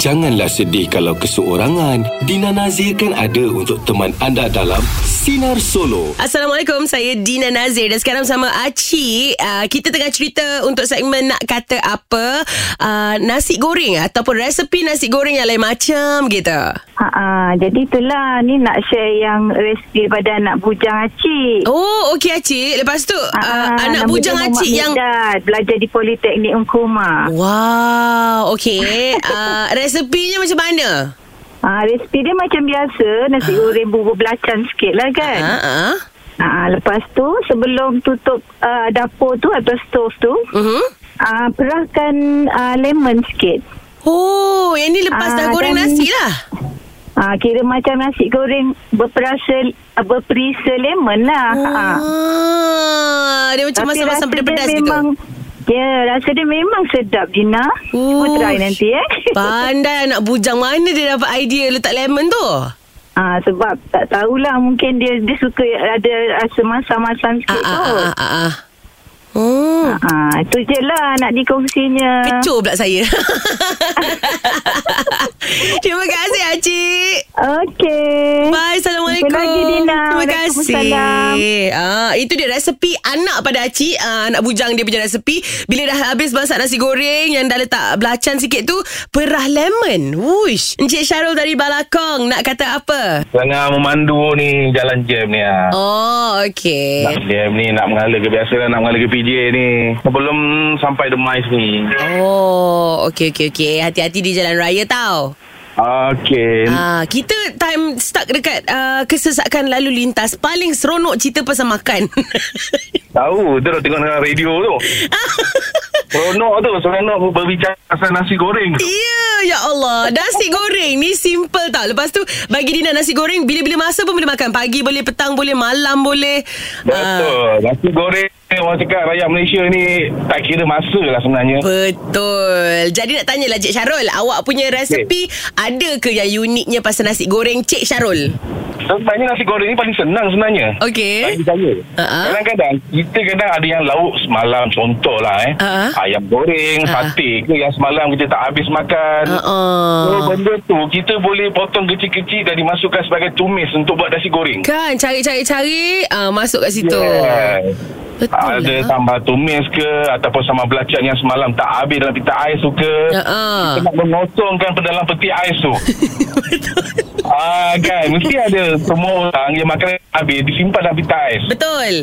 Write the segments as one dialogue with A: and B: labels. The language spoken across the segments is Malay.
A: Janganlah sedih kalau keseorangan. Dina Nazir kan ada untuk teman anda dalam Sinar Solo.
B: Assalamualaikum, saya Dina Nazir dan sekarang sama Aci. Uh, kita tengah cerita untuk segmen nak kata apa uh, nasi goreng ataupun resepi nasi goreng yang lain macam gitu.
C: Ha, ha, jadi itulah ni nak share yang resipi pada anak bujang acik. Ha,
B: Oh, okey Aci. Lepas tu uh,
C: Ah,
B: anak bujang Aci yang Oh.
C: belajar di Politeknik Unkumah.
B: Wow, okey. Uh, resepinya macam mana?
C: Ha, resipi dia macam biasa, nasi goreng bubur belacan sikit lah kan.
B: Ha ah.
C: Ha, lepas tu sebelum tutup uh, dapur tu atau stove tu,
B: Mhm.
C: uh, perahkan uh, lemon sikit.
B: Oh, yang ni lepas dah
C: Ah,
B: goreng
C: dan-
B: nasi lah.
C: Ha, kira macam nasi goreng berperasa uh, berperisa lemon lah. Ha.
B: Oh. Ah, dia macam
C: Tapi
B: masam-masam
C: rasa dia
B: pedas-pedas gitu.
C: memang, Ya, rasa dia memang sedap Dina. Cuba
B: Ush.
C: try nanti eh.
B: Pandai anak bujang Mana dia dapat idea letak lemon tu
C: Ah sebab tak tahulah mungkin dia dia suka ada rasa masam-masam
B: Ah
C: sikit
B: ah
C: kot.
B: ah ah ah. Oh
C: Ah, itu je lah nak dikongsinya.
B: Kecoh pula saya Terima kasih Acik
C: Okey.
B: Bye Assalamualaikum
C: Jumpa lagi, Eh, Dina.
B: Terima kasih
C: Waalaikumsalam.
B: ah, Itu dia resepi anak pada Acik ah, Anak bujang dia punya resepi Bila dah habis masak nasi goreng Yang dah letak belacan sikit tu Perah lemon Wush Encik Syarul dari Balakong Nak kata apa?
D: Tengah memandu ni jalan jam ni ah.
B: Oh okay
D: Nak jam ni nak mengala ke biasa lah, nak mengala ke PJ ni. Sebelum sampai Demais ni.
B: Oh, okey okey okey. Hati-hati di jalan raya tau.
D: Okey.
B: Ah, kita time stuck dekat uh, kesesakan lalu lintas. Paling seronok cerita pasal makan.
D: Tahu, tu dah tengok dalam radio tu. Seronok tu, seronok berbicara pasal nasi goreng.
B: Ya, ya Allah. Nasi goreng ni simple tau. Lepas tu bagi Dina nasi goreng bila-bila masa pun boleh makan. Pagi boleh, petang boleh, malam boleh. Ah,
D: Betul. Nasi goreng orang cakap rakyat Malaysia ni tak kira masa lah sebenarnya.
B: Betul. Jadi nak tanyalah Cik Syarul, awak punya resepi ada ke yang uniknya pasal nasi goreng Cik Syarul?
D: Sebenarnya nasi goreng ni paling senang sebenarnya.
B: Okey. Ah,
D: Bagi saya.
B: Ha-ha.
D: Kadang-kadang kita kadang ada yang lauk semalam contohlah eh.
B: Ha-ha.
D: Ayam goreng,
B: Ha-ha.
D: sate ke yang semalam kita tak habis makan.
B: Uh-uh.
D: So benda tu kita boleh potong kecil-kecil dan dimasukkan sebagai tumis untuk buat nasi goreng.
B: Kan cari-cari-cari uh, masuk kat situ.
D: Yes.
B: Betul
D: Ada
B: lah.
D: sambal tumis ke ataupun sambal belacan yang semalam tak habis dalam pita ais tu ke.
B: Uh-uh.
D: Kita nak mengosongkan ke dalam peti ais tu. Ah kan mesti ada semua orang yang makan habis disimpan dalam pita ais.
B: Betul.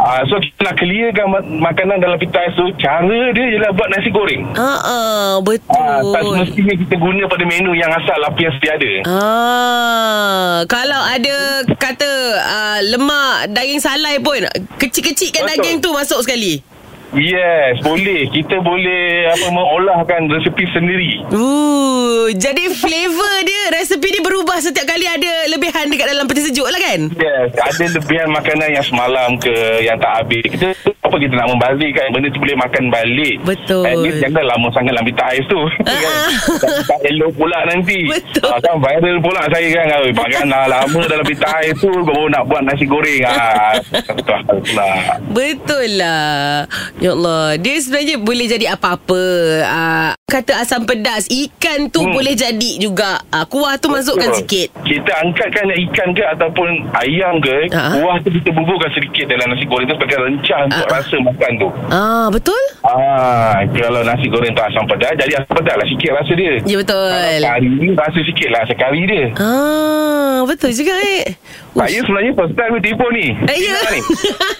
D: Ah so kita nak clearkan mak- makanan dalam pita ais tu cara dia ialah buat nasi goreng.
B: Uh-uh,
D: Ah,
B: betul.
D: tak semestinya kita guna pada menu yang asal lah, apa yang sedia ada.
B: Ah, kalau ada kata uh, lemak daging salai pun kecil-kecilkan
D: Betul.
B: daging tu masuk sekali.
D: Yes, boleh. Kita boleh apa mengolahkan resepi sendiri.
B: Ooh, Uh, jadi flavor dia, resepi dia berubah setiap kali ada lebihan dekat dalam peti sejuk lah kan?
D: Yes, ada lebihan makanan yang semalam ke yang tak habis. Kita apa kita nak membazirkan benda tu boleh makan balik.
B: Betul.
D: At least jangan lama sangat dalam pita ais tu. Kan? tak, tak elok pula nanti.
B: Betul.
D: Ah, kan viral pula saya kan. Ah, "Oi, Makan lah lama dalam pita ais tu baru nak buat nasi goreng. Ah, betul lah.
B: Betul lah Ya Allah Dia sebenarnya boleh jadi apa-apa uh, Kata asam pedas Ikan tu hmm.
D: Hmm.
B: boleh jadi juga uh, Kuah tu masukkan
D: Betul.
B: sikit
D: Kita angkatkan ikan ke ataupun ayam ke,
B: Ha.
D: kuah tu kita bubuhkan sedikit dalam nasi goreng tu sebagai rencah untuk
B: Ha.
D: rasa makan tu.
B: Ah Betul?
D: Ah, kalau nasi goreng tu asam pedas, jadi asam pedas lah sikit rasa dia.
B: Ya betul
D: Kalau Kari ni rasa sikit lah sekali dia.
B: Ah Betul juga eh
D: Saya sebenarnya first time ni tipu ni.
B: Eh, ya.
D: Ni.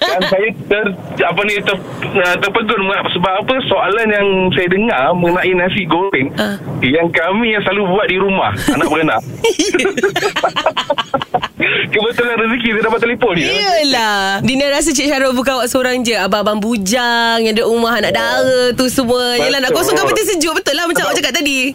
D: Dan saya ter, apa ni ter, uh, terpegun mengapa- sebab apa soalan yang saya dengar mengenai nasi goreng
B: Ah.
D: yang kami yang selalu buat di rumah anak beranak. Kebetulan rezeki saya dapat telefon ni.
B: Ya. Yelah Dina rasa Cik Syarul bukan awak seorang je Abang-abang bujang Yang ada rumah anak dara tu semua Yelah nak
D: Oh. Betul.
B: kosongkan peti sejuk Betul lah macam awak cakap tadi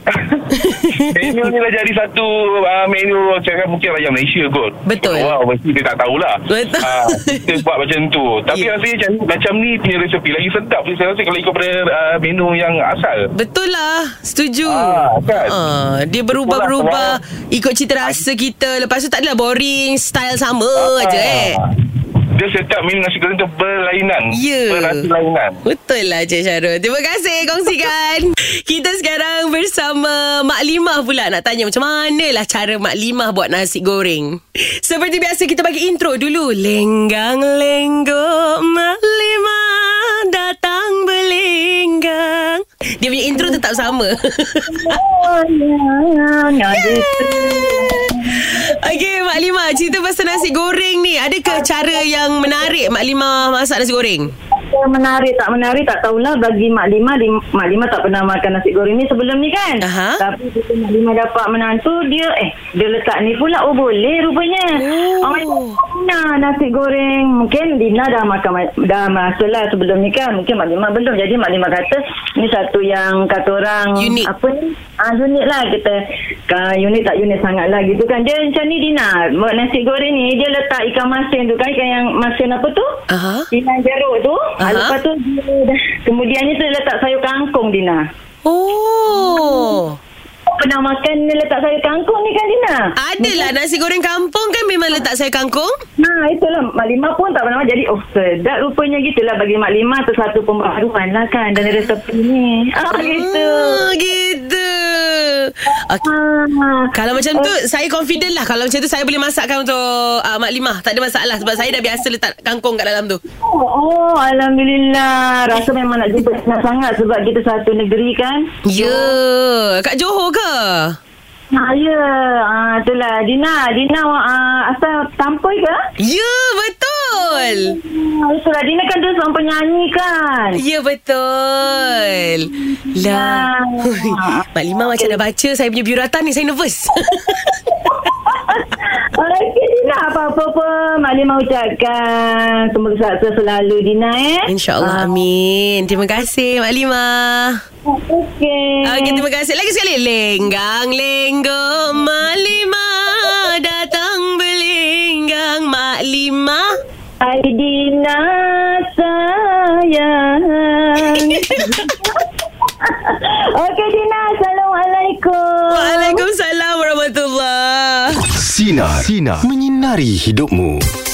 D: menu ni lah jadi satu uh, menu cakap mungkin rakyat Malaysia kot.
B: Betul.
D: Wah, mesti dia tak tahulah.
B: Betul.
D: Ah, kita buat macam tu. Tapi
B: Ya.
D: yeah. rasanya macam, macam ni punya resepi lagi sedap. Saya rasa kalau ikut pada uh, menu yang asal.
B: Betul lah Setuju
D: Ah, kan?
B: ah, Dia berubah-berubah Ikut cita rasa kita Lepas tu tak adalah boring Style sama
D: Ah.
B: aja eh
D: dia setiap minum nasi goreng tu berlainan.
B: Ya.
D: Berasa lainan.
B: Betul lah Cik Syarul. Terima kasih kongsikan. Kita sekarang bersama Mak Limah pula nak tanya macam manalah cara Mak Limah buat nasi goreng. Seperti biasa kita bagi intro dulu. Lenggang lenggo Mak Limah datang berlenggang. Dia punya intro tetap sama.
C: Oh, ya,
B: Okey Mak Limah cerita pasal nasi goreng ni. Adakah cara yang menarik Mak Limah masak nasi goreng?
C: Menarik tak menarik tak tahulah bagi Mak Lima di, Mak Lima tak pernah makan nasi goreng ni sebelum ni kan
B: Aha.
C: Tapi bila Mak Lima dapat menantu dia eh dia letak ni pula oh boleh rupanya
B: Oh.
C: oh. Nah nasi goreng mungkin Dina dah makan ma- dah masuk lah sebelum ni kan mungkin Mak Lima belum jadi Mak Lima kata ni satu yang kata orang
B: Unik.
C: apa ni ah, unik lah kita Ka, unik tak unik sangat lah gitu kan dia macam ni Dina buat nasi goreng ni dia letak ikan masin tu kan ikan yang masin apa tu
B: Aha.
C: Dina jeruk tu
B: Aha.
C: uh Lepas tu dia dah, Kemudiannya tu dia letak sayur kangkung Dina
B: Oh.
C: Kau Pernah makan dia letak sayur kangkung ni kan Dina
B: Adalah nasi goreng kampung kan memang letak sayur kangkung.
C: Nah itulah Mak Lima pun tak pernah makan. Jadi oh sedap rupanya gitulah Bagi Mak Lima tu satu pembaharuan lah kan Dari resepi ni Ah gitu
B: Ah, gitu. Okay.
C: Ah.
B: Kalau macam tu Saya confident lah Kalau macam tu Saya boleh masakkan untuk uh, Mak Limah Tak ada masalah Sebab saya dah biasa letak kangkung kat dalam tu
C: Oh, oh Alhamdulillah Rasa memang nak jumpa senang sangat Sebab kita satu negeri kan
B: Ya yeah. Kat Johor ke?
C: Ha ya ah, Itulah Dina Dina ah, asal tampoi ke?
B: Ya yeah, betul
C: Ah, Itulah Dina kan dia seorang penyanyi kan
B: Ya yeah, betul Lah
C: Ah.
B: Mak Limah macam dah baca Saya punya biuratan ni Saya nervous
C: Ah, Okey Dina apa-apa pun Mak Limah ucapkan Semoga sukses selalu Dina eh
B: InsyaAllah amin Terima kasih Mak Limah
C: Ah, Okey
B: Okey, terima kasih. Lagi sekali. Lenggang, lenggo, mak lima. Datang berlenggang, mak lima.
C: Hai Dina sayang Okey Dina Assalamualaikum
B: Waalaikumsalam warahmatullahi
A: Sinar. Sinar. Menyinari hidupmu.